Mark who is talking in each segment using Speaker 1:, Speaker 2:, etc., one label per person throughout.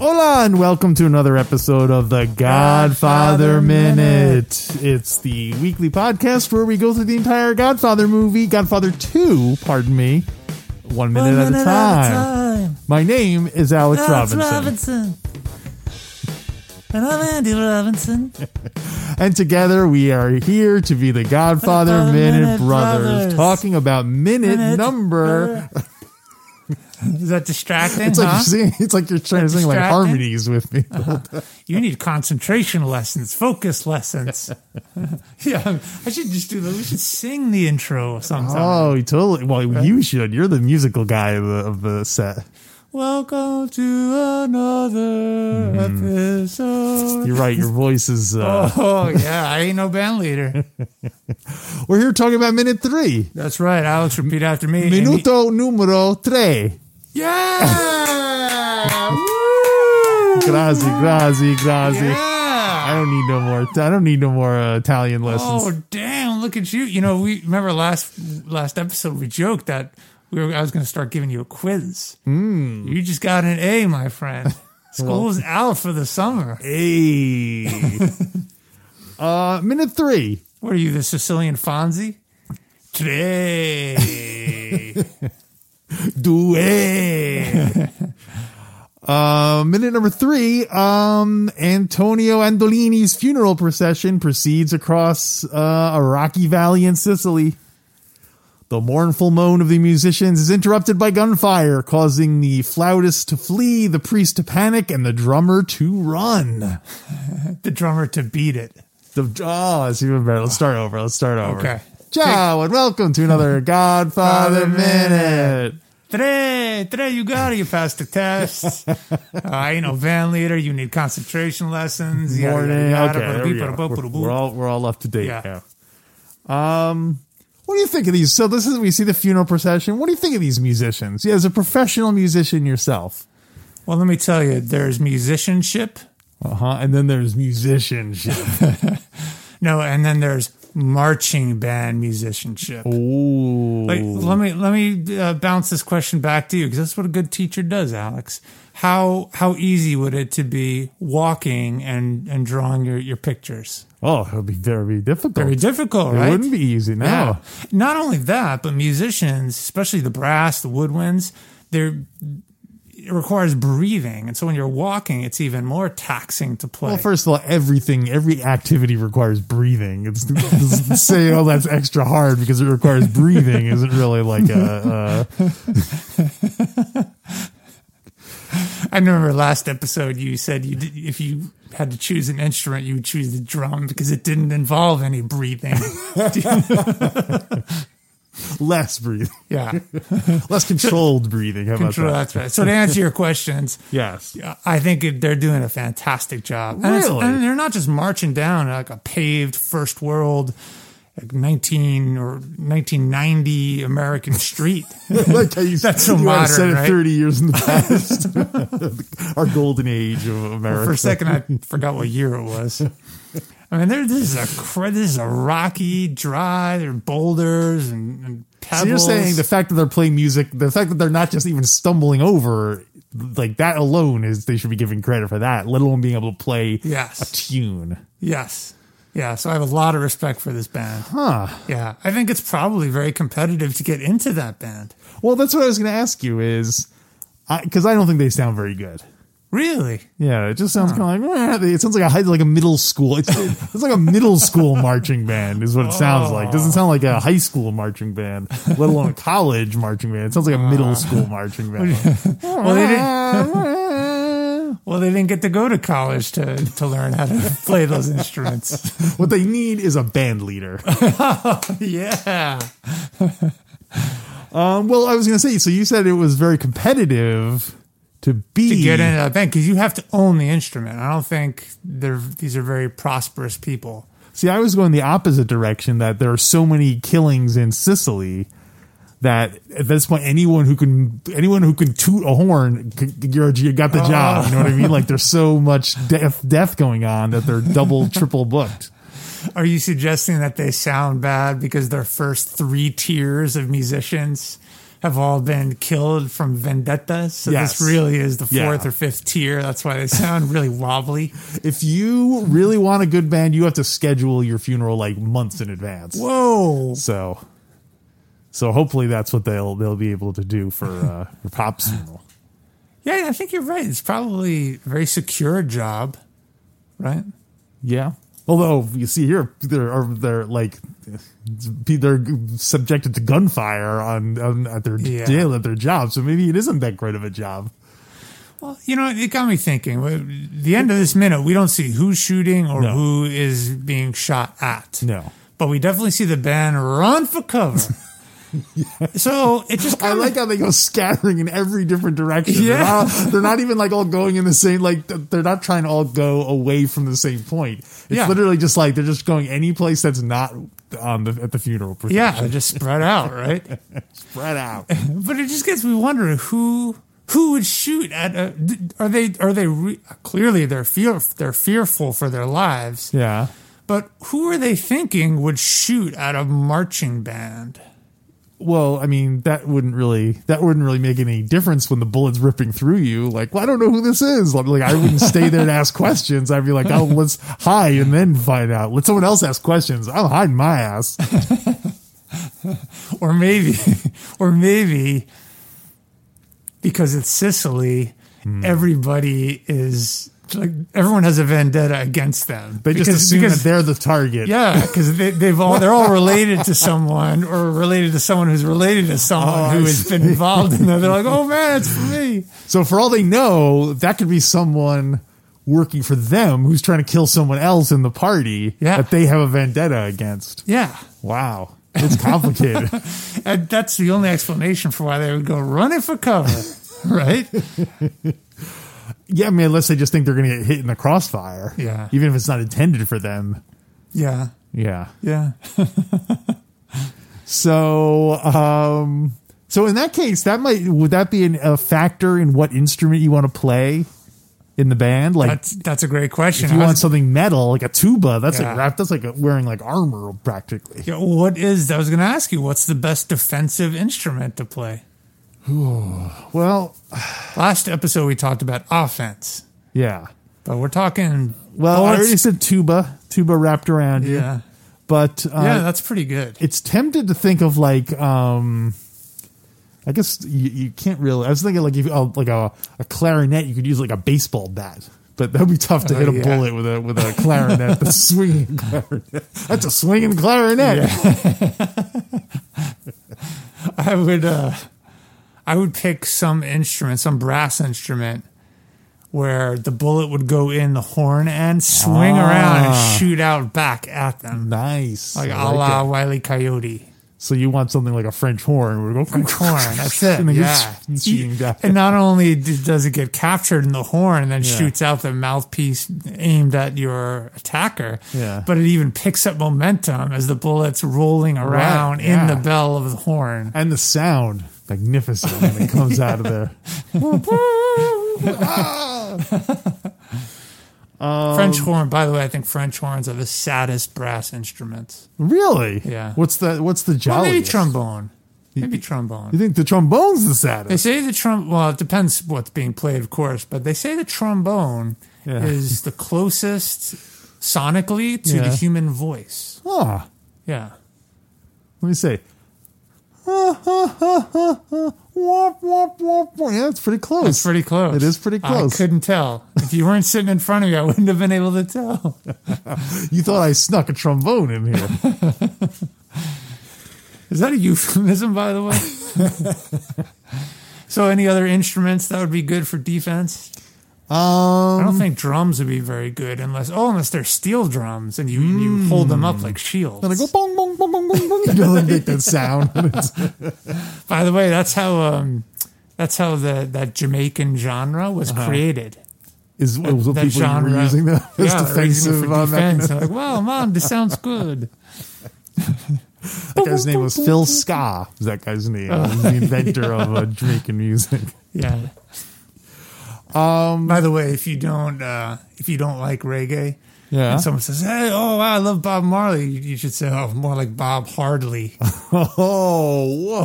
Speaker 1: Hola and welcome to another episode of the Godfather
Speaker 2: Godfather
Speaker 1: Minute. It's the weekly podcast where we go through the entire Godfather movie, Godfather 2, pardon me, one minute,
Speaker 2: One
Speaker 1: at, a time. My name is Alex,
Speaker 2: Alex
Speaker 1: Robinson.
Speaker 2: Robinson. And I'm Andy Robinson.
Speaker 1: And together we are here to be the Godfather,
Speaker 2: Godfather
Speaker 1: Minute,
Speaker 2: Minute
Speaker 1: Brothers,
Speaker 2: Brothers.
Speaker 1: talking about minute,
Speaker 2: Minute
Speaker 1: number.
Speaker 2: Is that distracting?
Speaker 1: It's, like
Speaker 2: huh? Uh-huh.
Speaker 1: you're singing, it's like you're trying to sing like
Speaker 2: distracting?
Speaker 1: harmonies with me.
Speaker 2: you need concentration lessons, focus lessons. yeah, I should just do that. We should sing the intro sometime.
Speaker 1: Oh, you totally. Well, you should. You're the musical guy of the, of the set.
Speaker 2: Welcome to another episode.
Speaker 1: You're right. Your voice is. Uh,
Speaker 2: Oh yeah, I ain't no band leader.
Speaker 1: We're here talking about minute three.
Speaker 2: That's right, Alex. Repeat after me. and he-
Speaker 1: Minuto numero tre.
Speaker 2: Yeah.
Speaker 1: Grazie, grazie, grazie.
Speaker 2: Yeah.
Speaker 1: I don't need no more. I don't need no more uh, Italian lessons.
Speaker 2: Oh damn! Look at you. You know, we remember last last episode we joked that we were, I was going to start giving you a quiz. Mm.
Speaker 1: Hmm.
Speaker 2: You just got an A, my friend. School's out for the summer.
Speaker 1: Hey. uh, minute three.
Speaker 2: What are you, the Sicilian Fonzie? Today,
Speaker 1: Due. Uh, minute number three. Um, Antonio Andolini's funeral procession proceeds across uh, a rocky valley in Sicily. The mournful moan of the musicians is interrupted by gunfire, causing the flautist to flee, the priest to panic, and the drummer to run.
Speaker 2: the drummer to beat it.
Speaker 1: The, oh, it's even better. Let's start over. Let's start over.
Speaker 2: Okay.
Speaker 1: Ciao, and welcome to another Godfather Minute.
Speaker 2: Today, today you got it. You passed the test. uh, I ain't no van leader. You need concentration lessons. yada, yada,
Speaker 1: morning.
Speaker 2: yada,
Speaker 1: Okay, there we
Speaker 2: ba-da-bee,
Speaker 1: go.
Speaker 2: ba-da-boo,
Speaker 1: We're,
Speaker 2: ba-da-boo.
Speaker 1: we're all we're all up to date.
Speaker 2: Yeah.
Speaker 1: now. Um, what do you think of these? So this is we see the funeral procession. What do you think of these musicians? Yeah, as a professional musician yourself,
Speaker 2: Well, let me tell you, there's musicianship.
Speaker 1: uh huh. And then there's musicianship.
Speaker 2: No, and then there's marching band musicianship.
Speaker 1: Ooh,
Speaker 2: Like, let me let me uh, bounce this question back to you because that's what a good teacher does, Alex. How how easy would it to be walking and and drawing your your pictures?
Speaker 1: oh, it would be very difficult.
Speaker 2: Very difficult,
Speaker 1: it
Speaker 2: right?
Speaker 1: wouldn't be easy
Speaker 2: Yeah.
Speaker 1: now.
Speaker 2: Not only that, but musicians, especially the brass, the woodwinds, they're it requires breathing, and so when you're walking, it's even more taxing to play.
Speaker 1: Well, first of all, everything, every activity requires breathing. It's, it's saying, "Oh, that's extra hard" because it requires breathing. Isn't really like a, a
Speaker 2: I remember last episode you said you did, if you had to choose an instrument, you would choose the drum because it didn't involve any breathing.
Speaker 1: less breathing,
Speaker 2: yeah,
Speaker 1: less controlled breathing. How about
Speaker 2: Control,
Speaker 1: that?
Speaker 2: that's right. So to answer your questions,
Speaker 1: Yes.
Speaker 2: I think it- they're doing a fantastic job. And it's-
Speaker 1: Really?
Speaker 2: and they're not just marching down like a paved first world. Like 19 or 1990 American street.
Speaker 1: like how you,
Speaker 2: That's so
Speaker 1: you wanna
Speaker 2: modern,
Speaker 1: set it
Speaker 2: right?
Speaker 1: 30 years in the past. Our golden age of America.
Speaker 2: For a second, I forgot what year it was. I mean, there, this is a cra- this is a rocky, dry. There are boulders and, and pebbles.
Speaker 1: so you're saying the fact that they're playing music, the fact that they're not just even stumbling over, like that alone is they should be given credit for that, let alone being able to play
Speaker 2: Yes.
Speaker 1: a tune.
Speaker 2: Yes. Yeah. So I have a lot of respect for this band. Huh. Yeah. I think it's probably very competitive to get into that band.
Speaker 1: Well, that's what I was going to ask you is because I, don't think they sound very good.
Speaker 2: Really?
Speaker 1: Yeah, it just sounds kind of like eh, it sounds like a high, like a middle school. It's, it's like a middle school marching band is what it sounds like. doesn't sound like
Speaker 2: Oh.
Speaker 1: a high school marching band, let alone a college marching band. It sounds like a middle school marching band.
Speaker 2: Uh. Well, they didn't. Well, they didn't get to go to college to, to learn how to play those instruments.
Speaker 1: what they need is a band leader.
Speaker 2: yeah.
Speaker 1: Um, well, I was going to say. So you said it was very competitive to be
Speaker 2: To get into that band because you have to own the instrument. I don't think they're these are very prosperous people.
Speaker 1: See, I was going the opposite direction that there are so many killings in Sicily that at this point anyone who can anyone who can toot a horn c- you're, you got the job you know what i mean like there's so much death death going on that they're double triple booked
Speaker 2: Are you suggesting that they sound bad because their first three tiers of musicians have all been killed from vendettas? So
Speaker 1: Yes.
Speaker 2: this really is the
Speaker 1: Yeah.
Speaker 2: fourth or fifth tier. That's why they sound really wobbly.
Speaker 1: if you really want a good band you have to schedule your funeral like months in advance
Speaker 2: Whoa.
Speaker 1: so so hopefully that's what they'll they'll be able to do for uh for pop's funeral
Speaker 2: Yeah, I think you're right. It's probably a very secure job, right?
Speaker 1: Yeah. Although you see here, they're are- they're like they're subjected to gunfire on, on at their
Speaker 2: Yeah.
Speaker 1: jail at their job, so maybe it isn't that great of a job.
Speaker 2: Well, you know, it got me thinking. The end of this minute, we don't see who's shooting or
Speaker 1: No.
Speaker 2: who is being shot at.
Speaker 1: No.
Speaker 2: But we definitely see the band run for cover. So it just
Speaker 1: I
Speaker 2: kinda-
Speaker 1: like how they go scattering in every different direction. They're,
Speaker 2: Yeah.
Speaker 1: not, they're not even like all going in the same. Like th- they're not trying to all go away from the same point. It's
Speaker 2: Yeah.
Speaker 1: literally just like they're just going any place that's not on the at the funeral.
Speaker 2: yeah,
Speaker 1: procession.
Speaker 2: they just spread out, right?
Speaker 1: spread out.
Speaker 2: But it just gets me wondering who who would shoot at. A, d- are they are they re, clearly they're fear they're fearful for their lives?
Speaker 1: yeah,
Speaker 2: But who are they thinking would shoot at a marching band?
Speaker 1: well, I mean, that wouldn't really that wouldn't really make any difference when the bullet's ripping through you. Like, well, I don't know who this is. Like, like, I wouldn't stay there and ask questions. I'd be like, oh, let's hide and then find out. Let someone else ask questions. I'm hiding my ass.
Speaker 2: Or maybe, or maybe because it's Sicily,
Speaker 1: Hmm.
Speaker 2: everybody is like everyone has a vendetta against them.
Speaker 1: They just
Speaker 2: Because-
Speaker 1: assume
Speaker 2: because-
Speaker 1: that they're the target.
Speaker 2: Yeah, because they, they've all they're all related to someone, or related to someone who's related to
Speaker 1: Oh,
Speaker 2: someone who has been involved in that. They're like, oh man, it's for me.
Speaker 1: So for all they know, that could be someone working for them who's trying to kill someone else in the party
Speaker 2: Yeah.
Speaker 1: that they have a vendetta against.
Speaker 2: Yeah,
Speaker 1: Wow. It's complicated.
Speaker 2: and that's the only explanation for why they would go running for cover, right?
Speaker 1: yeah, I mean, unless they just think they're going to get hit in the crossfire.
Speaker 2: Yeah.
Speaker 1: Even if it's not intended for them.
Speaker 2: Yeah,
Speaker 1: Yeah.
Speaker 2: yeah.
Speaker 1: So, um, so in that case, that might would that be an, a factor in what instrument you want to play in the band? Like,
Speaker 2: That's that's a great question.
Speaker 1: if you
Speaker 2: I was-
Speaker 1: want something metal, like a tuba, that's
Speaker 2: Yeah.
Speaker 1: like that- that's like wearing like armor practically.
Speaker 2: Yeah, what is? I was going to ask you, what's the best defensive instrument to play?
Speaker 1: Well,
Speaker 2: Last episode we talked about offense,
Speaker 1: yeah.
Speaker 2: but we're talking.
Speaker 1: Well, I
Speaker 2: bullets.
Speaker 1: already said tuba, tuba wrapped around you.
Speaker 2: yeah,
Speaker 1: But uh,
Speaker 2: yeah, that's pretty good.
Speaker 1: it's tempted to think of like um I guess you, you can't really. I was thinking like if oh, like a, a clarinet, you could use like a baseball bat, but that'd be tough to
Speaker 2: Oh,
Speaker 1: hit a
Speaker 2: yeah.
Speaker 1: bullet with a with a clarinet. That's swinging clarinet. That's a swinging clarinet.
Speaker 2: I would uh I would pick some instrument, some brass instrument where the bullet would go in the horn and swing around and shoot out back at them.
Speaker 1: Nice.
Speaker 2: Like
Speaker 1: Ah. I
Speaker 2: a la
Speaker 1: it.
Speaker 2: Wiley Coyote.
Speaker 1: So you want something like a French horn? We're going
Speaker 2: Horn, that's it.
Speaker 1: And then you're
Speaker 2: yeah.
Speaker 1: sh- shooting back.
Speaker 2: And not only d- does it get captured in the horn and then shoots out the mouthpiece aimed at your attacker,
Speaker 1: Yeah.
Speaker 2: but it even picks up momentum as the bullet's rolling around
Speaker 1: yeah.
Speaker 2: in the bell of the horn.
Speaker 1: and the sound magnificent when it comes out of there. Um,
Speaker 2: French horn, by the way, I think French horns are the saddest brass instruments.
Speaker 1: Really?
Speaker 2: Yeah.
Speaker 1: What's the What's the
Speaker 2: Well,
Speaker 1: jolly?
Speaker 2: maybe trombone. Maybe
Speaker 1: You
Speaker 2: trombone.
Speaker 1: think the trombone's the
Speaker 2: They
Speaker 1: saddest?
Speaker 2: say the trom. Well, it depends what's being played, of course, but they say the trombone
Speaker 1: Yeah.
Speaker 2: is the closest sonically to
Speaker 1: Yeah.
Speaker 2: the human voice.
Speaker 1: Huh.
Speaker 2: Yeah.
Speaker 1: Let me say. Womp, womp, womp, womp. Yeah, it's pretty close.
Speaker 2: It's pretty close.
Speaker 1: It is pretty close.
Speaker 2: I couldn't tell. If you weren't sitting in front of me, I wouldn't have been able to tell.
Speaker 1: You thought I snuck a trombone in here.
Speaker 2: Is that a euphemism, by the way? so, any other instruments that would be good for defense? I
Speaker 1: Um,
Speaker 2: don't think drums would be very good unless, oh, unless they're steel drums and you, you hold them up like shields.
Speaker 1: and Hmm. I go bong, bong, bong, bong, bong, bong. You know, they make that sound. It's-
Speaker 2: By the way, that's how um, that's how the that Jamaican genre was created.
Speaker 1: is was what
Speaker 2: that
Speaker 1: people
Speaker 2: genre.
Speaker 1: Uh-huh. were using that as
Speaker 2: yeah, they're using it
Speaker 1: defensive
Speaker 2: for
Speaker 1: uh,
Speaker 2: defense.
Speaker 1: mechanism.
Speaker 2: They're like, wow, mom, this sounds good.
Speaker 1: That guy's name was Phil Ska. Is that guy's name?
Speaker 2: Uh.
Speaker 1: He's the inventor of uh, drinking music.
Speaker 2: Yeah. Um. By the way, if you don't, uh, if you don't like reggae,
Speaker 1: Yeah.
Speaker 2: and someone says, "Hey, oh, I love Bob Marley," you, you should say, "Oh, more like Bob Hardley."
Speaker 1: Oh,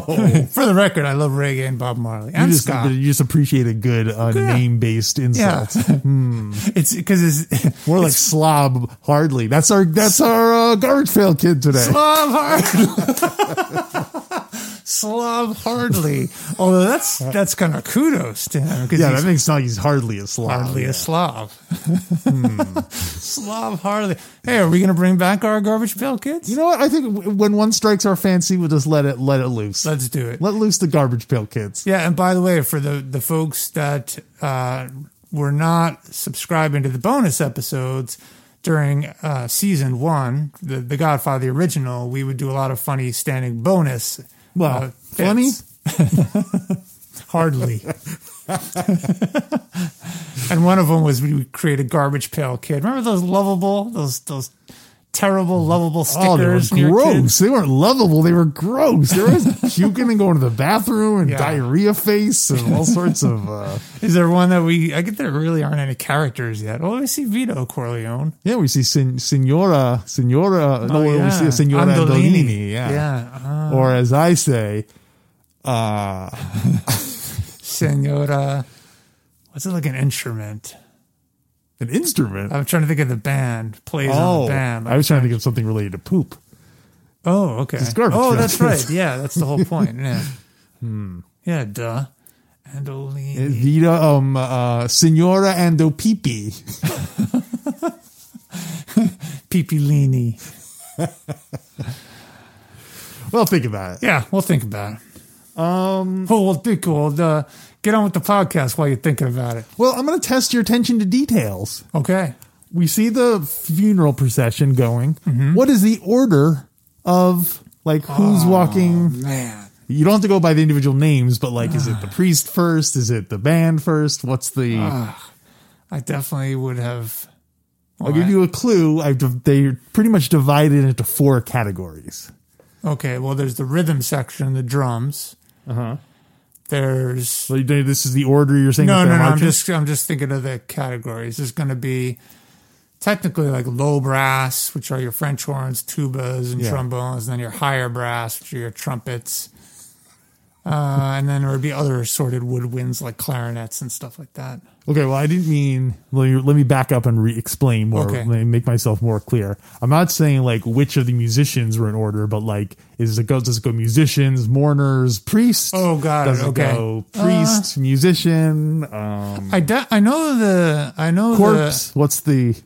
Speaker 1: whoa!
Speaker 2: for the record, I love reggae and Bob Marley
Speaker 1: You
Speaker 2: and
Speaker 1: just,
Speaker 2: Scott.
Speaker 1: you just appreciate a good uh,
Speaker 2: Yeah.
Speaker 1: name-based
Speaker 2: Yeah,
Speaker 1: insult. Hmm.
Speaker 2: it's because it's
Speaker 1: More like slob hardly. That's our that's our uh, garbage pail kid today.
Speaker 2: Slob Hardley. Slob Hardley. Although that's that's kind of kudos to him because
Speaker 1: yeah,
Speaker 2: he's
Speaker 1: that makes not he's hardly a slob.
Speaker 2: hardly a slob.
Speaker 1: Hmm.
Speaker 2: slob Hardley. Hey, are we going to bring back our garbage pail kids?
Speaker 1: You know what? I think w- when one strikes our fancy, we'll just let it let it loose.
Speaker 2: Let's do it.
Speaker 1: Let loose the garbage pail kids.
Speaker 2: Yeah, and by the way, for the the folks that uh, were not subscribing to the bonus episodes during uh, season one, the the Godfather original, we would do a lot of funny standing bonus.
Speaker 1: Well, funny?
Speaker 2: bits. hardly. and one of them was we would create a garbage pail kid. Remember those lovable those those terrible lovable
Speaker 1: Oh, they were
Speaker 2: stickers? near kids?
Speaker 1: gross. They weren't lovable. They were gross. They were always puking and going to the bathroom and
Speaker 2: Yeah.
Speaker 1: diarrhea face and all sorts of. Uh,
Speaker 2: Is there one that we? I get there really aren't any characters yet. Oh, I see Vito Corleone.
Speaker 1: yeah, we see sen- Senora, Senora, no, we see Senora Andolini. yeah.
Speaker 2: Oh, yeah. Uh,
Speaker 1: Or as I say,
Speaker 2: Senora, what's it like an instrument?
Speaker 1: an instrument.
Speaker 2: I'm trying to think of the band plays on the band.
Speaker 1: Oh. I was trying to think of something related to poop.
Speaker 2: oh, okay.
Speaker 1: garbage
Speaker 2: oh,
Speaker 1: truck.
Speaker 2: that's right. Yeah, that's the whole point. Yeah.
Speaker 1: Hmm.
Speaker 2: Yeah, duh. Andolini.
Speaker 1: Vita, um, uh, Signora Andopipi.
Speaker 2: Pipilini.
Speaker 1: Well, think about it.
Speaker 2: Yeah, we'll think about it. Um, oh, well, think we'll uh, get on with the podcast while you're thinking about it.
Speaker 1: Well, I'm going to test your attention to details.
Speaker 2: Okay.
Speaker 1: We see the funeral procession going.
Speaker 2: Mm-hmm.
Speaker 1: What is the order of like
Speaker 2: Ah.
Speaker 1: who's walking?
Speaker 2: Man.
Speaker 1: You don't have to go by the individual names, but like,
Speaker 2: Ah.
Speaker 1: is it the priest first? Is it the band first? What's the?
Speaker 2: Ah. I definitely would have.
Speaker 1: I'll give you a clue. I've div- they pretty much divided into four categories.
Speaker 2: Okay, well, there's the rhythm section, the drums. Uh huh. There's
Speaker 1: So you, this is the order you're saying.
Speaker 2: no,
Speaker 1: that
Speaker 2: no,
Speaker 1: they're
Speaker 2: no. I'm
Speaker 1: marching?
Speaker 2: just, I'm just thinking of the categories. There's going to be technically like low brass, which are your French horns, tubas, and
Speaker 1: Yeah.
Speaker 2: trombones, and then your higher brass, which are your trumpets. Uh, and then there would be other assorted woodwinds like clarinets and stuff like that.
Speaker 1: Okay, well, I didn't mean. Let me, let me back up and re-explain more.
Speaker 2: Okay.
Speaker 1: Let me make myself more clear. I'm not saying like which of the musicians were in order, but like is it go does it go musicians, mourners, priests?
Speaker 2: Oh, got it,
Speaker 1: Does it
Speaker 2: okay.
Speaker 1: go
Speaker 2: Uh.
Speaker 1: priest, musician, um,
Speaker 2: I, de- I know the I know
Speaker 1: corpse?
Speaker 2: Uh.
Speaker 1: What's the?
Speaker 2: the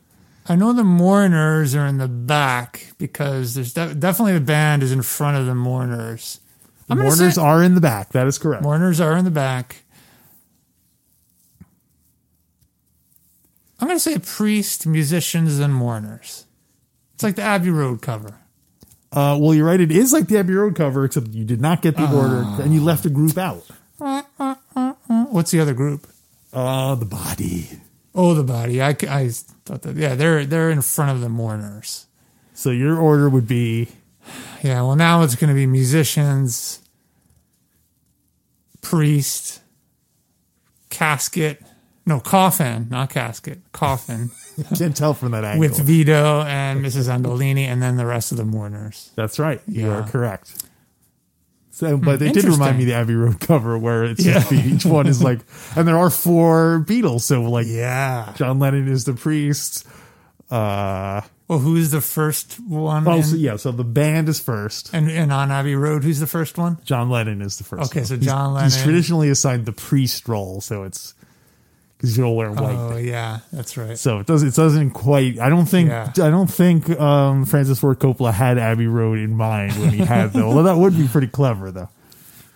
Speaker 2: I know the mourners are in the back because there's de- definitely the band is in front of the mourners.
Speaker 1: The
Speaker 2: I'm gonna
Speaker 1: mourners
Speaker 2: say-
Speaker 1: are in the back. That is correct.
Speaker 2: Mourners are in the back. I'm going to say priest, musicians, and mourners. It's like the Abbey Road cover.
Speaker 1: Uh, well, you're right. It is like the Abbey Road cover, except you did not get
Speaker 2: Ah.
Speaker 1: the order, and you left a group out.
Speaker 2: What's the other group?
Speaker 1: Uh, the body.
Speaker 2: Oh, the body. I, c- I thought that. Yeah, they're they're in front of the mourners.
Speaker 1: So your order would be
Speaker 2: Yeah. Well, now it's going to be musicians, priest, casket. No, coffin, not casket. Coffin
Speaker 1: can't tell from that angle.
Speaker 2: with Vito and Mrs. Andolini, and then the rest of the mourners.
Speaker 1: That's right. You are
Speaker 2: Yeah.
Speaker 1: correct. So, but they did remind me
Speaker 2: Interesting.
Speaker 1: of the Abbey Road cover where it's just the- each one is like, and there are four Beatles. So like,
Speaker 2: Yeah.
Speaker 1: John Lennon is the priest. Uh,
Speaker 2: Well, who's the first one?
Speaker 1: oh,
Speaker 2: in-
Speaker 1: so, yeah. So the band is first.
Speaker 2: and, and on Abbey Road, who's the first one?
Speaker 1: John Lennon is the first.
Speaker 2: Okay,
Speaker 1: one.
Speaker 2: so
Speaker 1: He's-
Speaker 2: John
Speaker 1: He's
Speaker 2: Lennon.
Speaker 1: traditionally assigned the priest role, so it's because you don't wear white.
Speaker 2: oh, yeah, that's right.
Speaker 1: So it does. It doesn't quite. I don't think.
Speaker 2: Yeah.
Speaker 1: I don't think um, Francis Ford Coppola had Abbey Road in mind when he had though. Although that would be pretty clever though.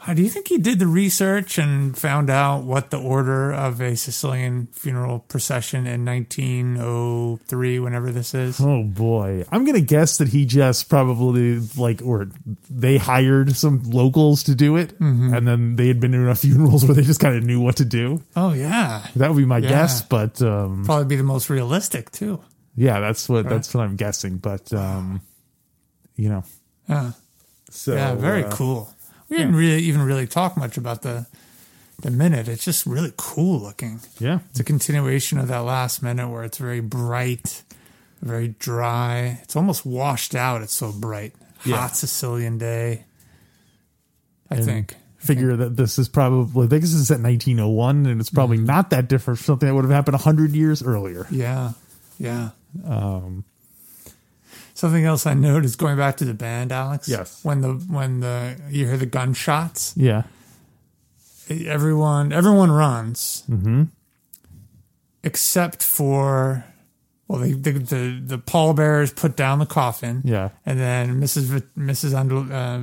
Speaker 2: Uh, Do you think he did the research and found out what the order of a Sicilian funeral procession in 1903, whenever this is?
Speaker 1: Oh boy. I'm going to guess that he just probably like, or they hired some locals to do it.
Speaker 2: Mm-hmm.
Speaker 1: And then they had been to enough funerals where they just kind of knew what to do.
Speaker 2: Oh, yeah.
Speaker 1: That would be my guess.
Speaker 2: Yeah.
Speaker 1: But, um,
Speaker 2: Probably be the most realistic, too.
Speaker 1: yeah, that's what, that's what I'm guessing. But, um, you know,
Speaker 2: Yeah.
Speaker 1: so,
Speaker 2: Yeah, very
Speaker 1: uh,
Speaker 2: cool. We didn't really even really talk much about the the minute. It's just really cool looking.
Speaker 1: Yeah.
Speaker 2: It's a continuation of that last minute where it's very bright, very dry. It's almost washed out. It's so bright.
Speaker 1: Yeah.
Speaker 2: Hot Sicilian day. I
Speaker 1: And
Speaker 2: think.
Speaker 1: Figure that this is probably, I think this is at 1901 and it's probably
Speaker 2: Mm-hmm.
Speaker 1: not that different from something that would have happened 100 years earlier.
Speaker 2: Yeah. Yeah. Um Something else I noticed going back to the band, Alex.
Speaker 1: Yes.
Speaker 2: When the when the you hear the gunshots,
Speaker 1: Yeah.
Speaker 2: everyone everyone runs mm-hmm. except for well they, the the the pallbearers put down the coffin
Speaker 1: Yeah.
Speaker 2: and then mrs Vi- mrs Andol, uh,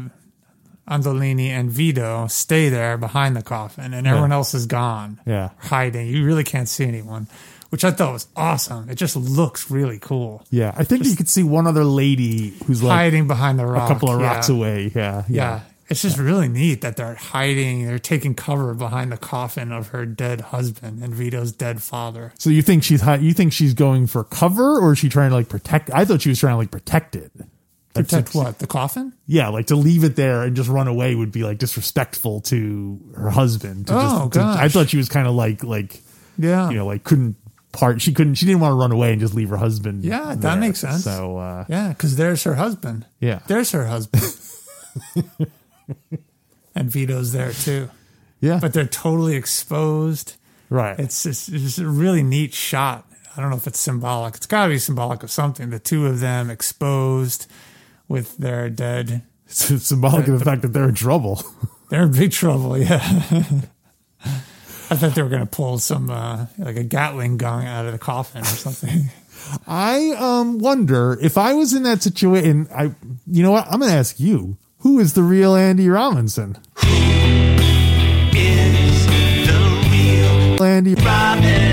Speaker 2: andolini and vito stay there behind the coffin and everyone else is gone
Speaker 1: Yeah.
Speaker 2: hiding you really can't see anyone which i thought was awesome it just looks really cool
Speaker 1: Yeah. I think you could see one other lady who's like,
Speaker 2: hiding behind the rock
Speaker 1: a couple of
Speaker 2: yeah.
Speaker 1: rocks away. Yeah,
Speaker 2: yeah. It's just really neat that they're hiding, they're taking cover behind the coffin of her dead husband and Vito's dead father.
Speaker 1: So you think she's hi- you think she's going for cover, or is she trying to like protect? I thought she was trying to like protect it. Like,
Speaker 2: Protect
Speaker 1: to-
Speaker 2: what? The coffin?
Speaker 1: Yeah, like to leave it there and just run away would be like disrespectful to her husband. To
Speaker 2: Oh,
Speaker 1: just, to- I
Speaker 2: gosh.
Speaker 1: thought she was kind of like like
Speaker 2: Yeah.
Speaker 1: you know like couldn't part. She couldn't. She didn't want to run away and just leave her husband.
Speaker 2: Yeah, that
Speaker 1: there.
Speaker 2: makes sense.
Speaker 1: So uh,
Speaker 2: yeah, because there's her husband.
Speaker 1: Yeah.
Speaker 2: There's her husband. and Vito's there too.
Speaker 1: yeah,
Speaker 2: But they're totally exposed.
Speaker 1: right.
Speaker 2: It's just, it's just a really neat shot. I don't know if it's symbolic. It's got to be symbolic of something. The two of them exposed with their dead
Speaker 1: It's, symbolic of the fact that they're in trouble.
Speaker 2: They're in big trouble, yeah. I thought they were going to pull some, uh, like a Gatling gun out of the coffin or something.
Speaker 1: I um wonder if I was in that situation. I, you know what? I'm going to ask you. Who is the real Andy Robinson?
Speaker 3: is the real
Speaker 1: Andy
Speaker 3: Robinson.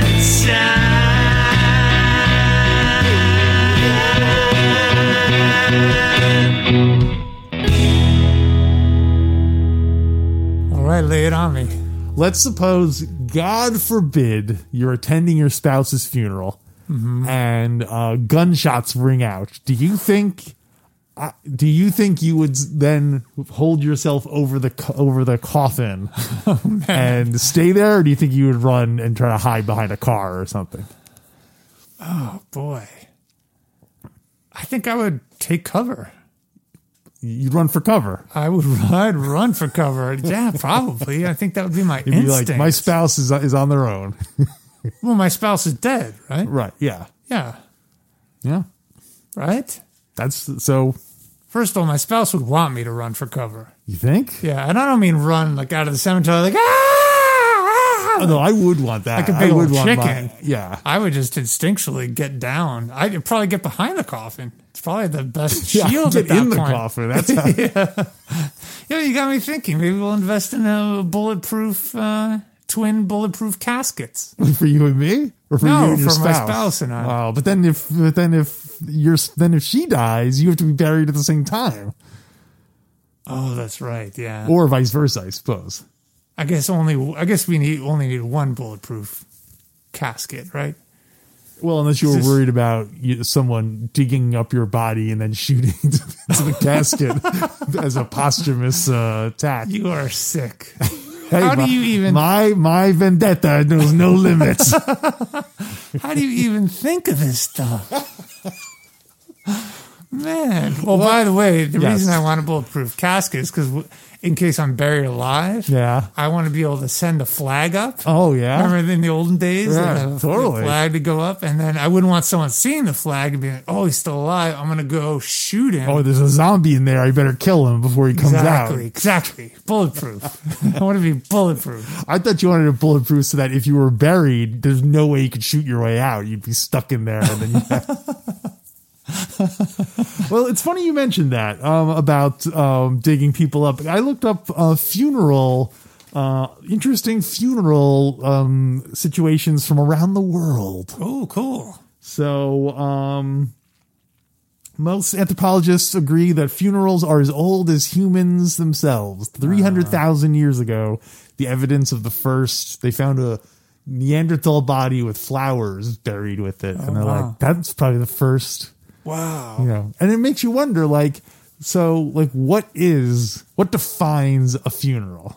Speaker 2: All right, lay it on me.
Speaker 1: let's suppose, God forbid, you're attending your spouse's funeral and uh, gunshots ring out. Do you think? I do you think you would then hold yourself over the co- over the coffin and stay there, or do you think you would run and try to hide behind a car or something?
Speaker 2: Boy, I think I would take cover.
Speaker 1: You'd run for cover.
Speaker 2: I would I'd run for cover. Yeah, probably. I think that would be my
Speaker 1: You'd be
Speaker 2: instinct.
Speaker 1: like, my spouse is is on their own.
Speaker 2: well, my spouse is dead, right?
Speaker 1: right? Yeah.
Speaker 2: Yeah,
Speaker 1: Yeah.
Speaker 2: right?
Speaker 1: That's so.
Speaker 2: First of all, my spouse would want me to run for cover.
Speaker 1: You think?
Speaker 2: Yeah, and I don't mean run like out of the cemetery, like, ah! ah,
Speaker 1: Oh, no, I would want that.
Speaker 2: Like a
Speaker 1: I
Speaker 2: big
Speaker 1: would
Speaker 2: old
Speaker 1: want my-
Speaker 2: chicken.
Speaker 1: yeah.
Speaker 2: I would just instinctually get down. I'd probably get behind the coffin. It's probably the best
Speaker 1: Yeah,
Speaker 2: shield
Speaker 1: get
Speaker 2: at that
Speaker 1: in the
Speaker 2: point.
Speaker 1: coffin. That's how,
Speaker 2: Yeah, you got me thinking. Maybe we'll invest in a bulletproof, uh, twin bulletproof caskets.
Speaker 1: for you and me, or for
Speaker 2: No,
Speaker 1: you and your
Speaker 2: for my
Speaker 1: spouse.
Speaker 2: spouse and I.
Speaker 1: Wow, but then if but then if your then if she dies, you have to be buried at the same time,
Speaker 2: Oh, that's right. Yeah.
Speaker 1: or vice versa, I suppose.
Speaker 2: I guess only. I guess we need only need one bulletproof casket, right?
Speaker 1: Well, unless you were
Speaker 2: this-
Speaker 1: worried about you, someone digging up your body and then shooting to, to the casket as a posthumous uh, attack.
Speaker 2: You are sick.
Speaker 1: Hey,
Speaker 2: How do
Speaker 1: my-
Speaker 2: you even-
Speaker 1: my my vendetta knows no limits.
Speaker 2: How do you even think of this stuff? Man. Well, by the way, the
Speaker 1: Yes.
Speaker 2: reason I want a bulletproof casket is because in case I'm buried alive,
Speaker 1: yeah.
Speaker 2: I want to be able to send a flag up.
Speaker 1: Oh yeah.
Speaker 2: Remember in the olden days,
Speaker 1: Yeah,
Speaker 2: they'd have a
Speaker 1: totally.
Speaker 2: flag to go up, and then I wouldn't want someone seeing the flag and being, "Oh, he's still alive. I'm gonna go shoot him."
Speaker 1: Oh, there's a zombie in there. I better kill him before he comes
Speaker 2: exactly,
Speaker 1: out.
Speaker 2: exactly. Bulletproof. I want to be bulletproof.
Speaker 1: I thought you wanted a bulletproof so that if you were buried, there's no way you could shoot your way out. You'd be stuck in there. And then you Well, it's funny you mentioned that um, about um, digging people up. I looked up uh, funeral, uh, interesting funeral um, situations from around the world.
Speaker 2: Oh, cool.
Speaker 1: So, um, most anthropologists agree that funerals are as old as humans themselves. 300,000 years ago, the evidence of the first, they found a Neanderthal body with flowers buried with it. and they're
Speaker 2: wow.
Speaker 1: like, that's probably the first
Speaker 2: Wow.
Speaker 1: you know and it makes you wonder like so like what is what defines a funeral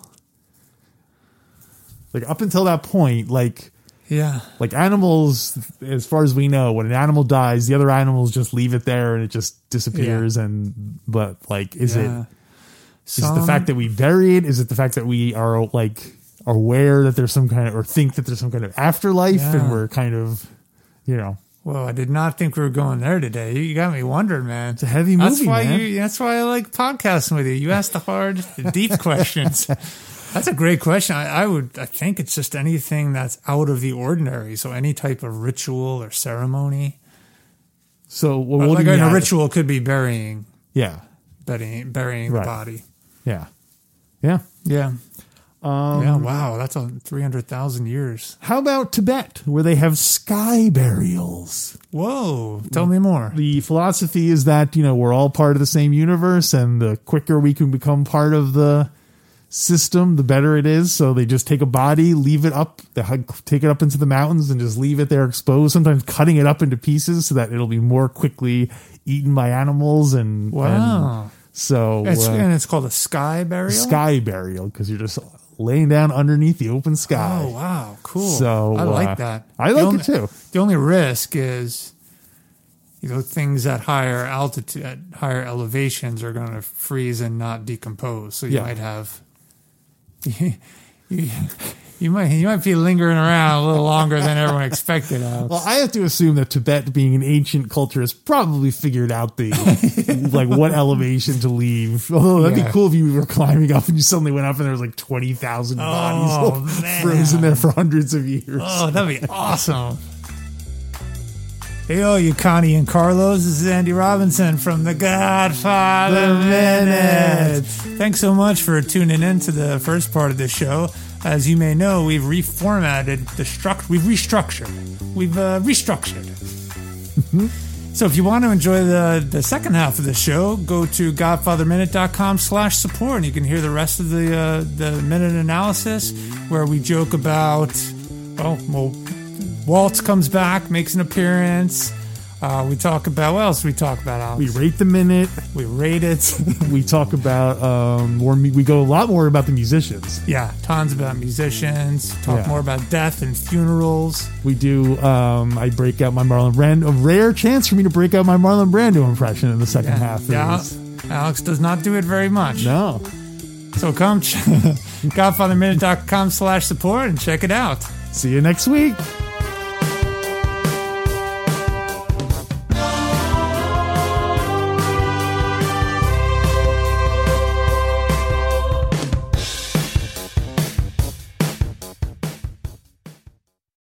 Speaker 1: like up until that point like
Speaker 2: Yeah.
Speaker 1: like animals as far as we know when an animal dies the other animals just leave it there and it just disappears and but like is
Speaker 2: yeah.
Speaker 1: it is it the fact that we bury it is it the fact that we are like aware that there's some kind of or think that there's some kind of afterlife
Speaker 2: Yeah.
Speaker 1: and we're kind of you know
Speaker 2: Well, I did not think we were going there today. You got me wondering, man. It's
Speaker 1: a heavy
Speaker 2: That's
Speaker 1: movie,
Speaker 2: why
Speaker 1: man.
Speaker 2: you. That's why I like podcasting with you. You ask the hard, the deep questions. That's a great question. I, I would. I think it's just anything that's out of the ordinary. So any type of ritual or ceremony,
Speaker 1: so well,
Speaker 2: But
Speaker 1: what do
Speaker 2: like
Speaker 1: you
Speaker 2: and a
Speaker 1: have?
Speaker 2: ritual could be burying,
Speaker 1: yeah
Speaker 2: burying, burying
Speaker 1: Right.
Speaker 2: the body.
Speaker 1: yeah yeah
Speaker 2: Yeah. Um, yeah. Wow. That's a three hundred thousand years.
Speaker 1: How about Tibet, where they have sky burials?
Speaker 2: Whoa. Tell me more.
Speaker 1: The philosophy is that, you know, we're all part of the same universe, and the quicker we can become part of the system, the better it is. So they just take a body, leave it up, they hug- take it up into the mountains, and just leave it there exposed, sometimes cutting it up into pieces so that it'll be more quickly eaten by animals. And and
Speaker 2: Wow.
Speaker 1: so
Speaker 2: it's,
Speaker 1: uh,
Speaker 2: and it's called a sky burial.
Speaker 1: sky burial, because you're just laying down underneath the open sky.
Speaker 2: Oh wow, cool.
Speaker 1: So,
Speaker 2: I
Speaker 1: uh,
Speaker 2: like that.
Speaker 1: I
Speaker 2: The
Speaker 1: like
Speaker 2: only-
Speaker 1: it too.
Speaker 2: The only risk is, you know, things at higher altitude, at higher elevations, are going to freeze and not decompose. So you
Speaker 1: Yeah.
Speaker 2: might have, you, you might you might be lingering around a little longer than everyone expected. Alex.
Speaker 1: Well, I have to assume that Tibet, being an ancient culture, has probably figured out the like what elevation to leave. Although that'd
Speaker 2: Yeah.
Speaker 1: be cool if you were climbing up and you suddenly went up and there was like twenty thousand
Speaker 2: Oh,
Speaker 1: bodies
Speaker 2: man.
Speaker 1: frozen there for hundreds of years.
Speaker 2: Oh, that'd be awesome. Hey, all you Connie and Carlos. This is Andy Robinson from The Godfather Minute. Thanks so much for tuning in to the first part of this show. As you may know, we've reformatted the struct. We've restructured. We've uh, restructured. So if you want to enjoy the, the second half of the show, go to godfatherminute.com slash support and you can hear the rest of the uh, the minute analysis where we joke about, oh, well, Waltz comes back, makes an appearance. Uh, we talk about, what else we talk about, Alex?
Speaker 1: We rate the minute.
Speaker 2: We, rate it.
Speaker 1: We talk about um, more. mu- We go a lot more about the musicians.
Speaker 2: yeah, tons about musicians, talk
Speaker 1: Yeah.
Speaker 2: more about death and funerals.
Speaker 1: We do. Um, I break out my Marlon Brando. A rare chance for me to break out my Marlon Brando impression in the second half. of
Speaker 2: Yeah,
Speaker 1: this.
Speaker 2: Alex does not do it very much.
Speaker 1: No.
Speaker 2: So come, ch- godfatherminute.com slash support and check it out.
Speaker 1: See you next week.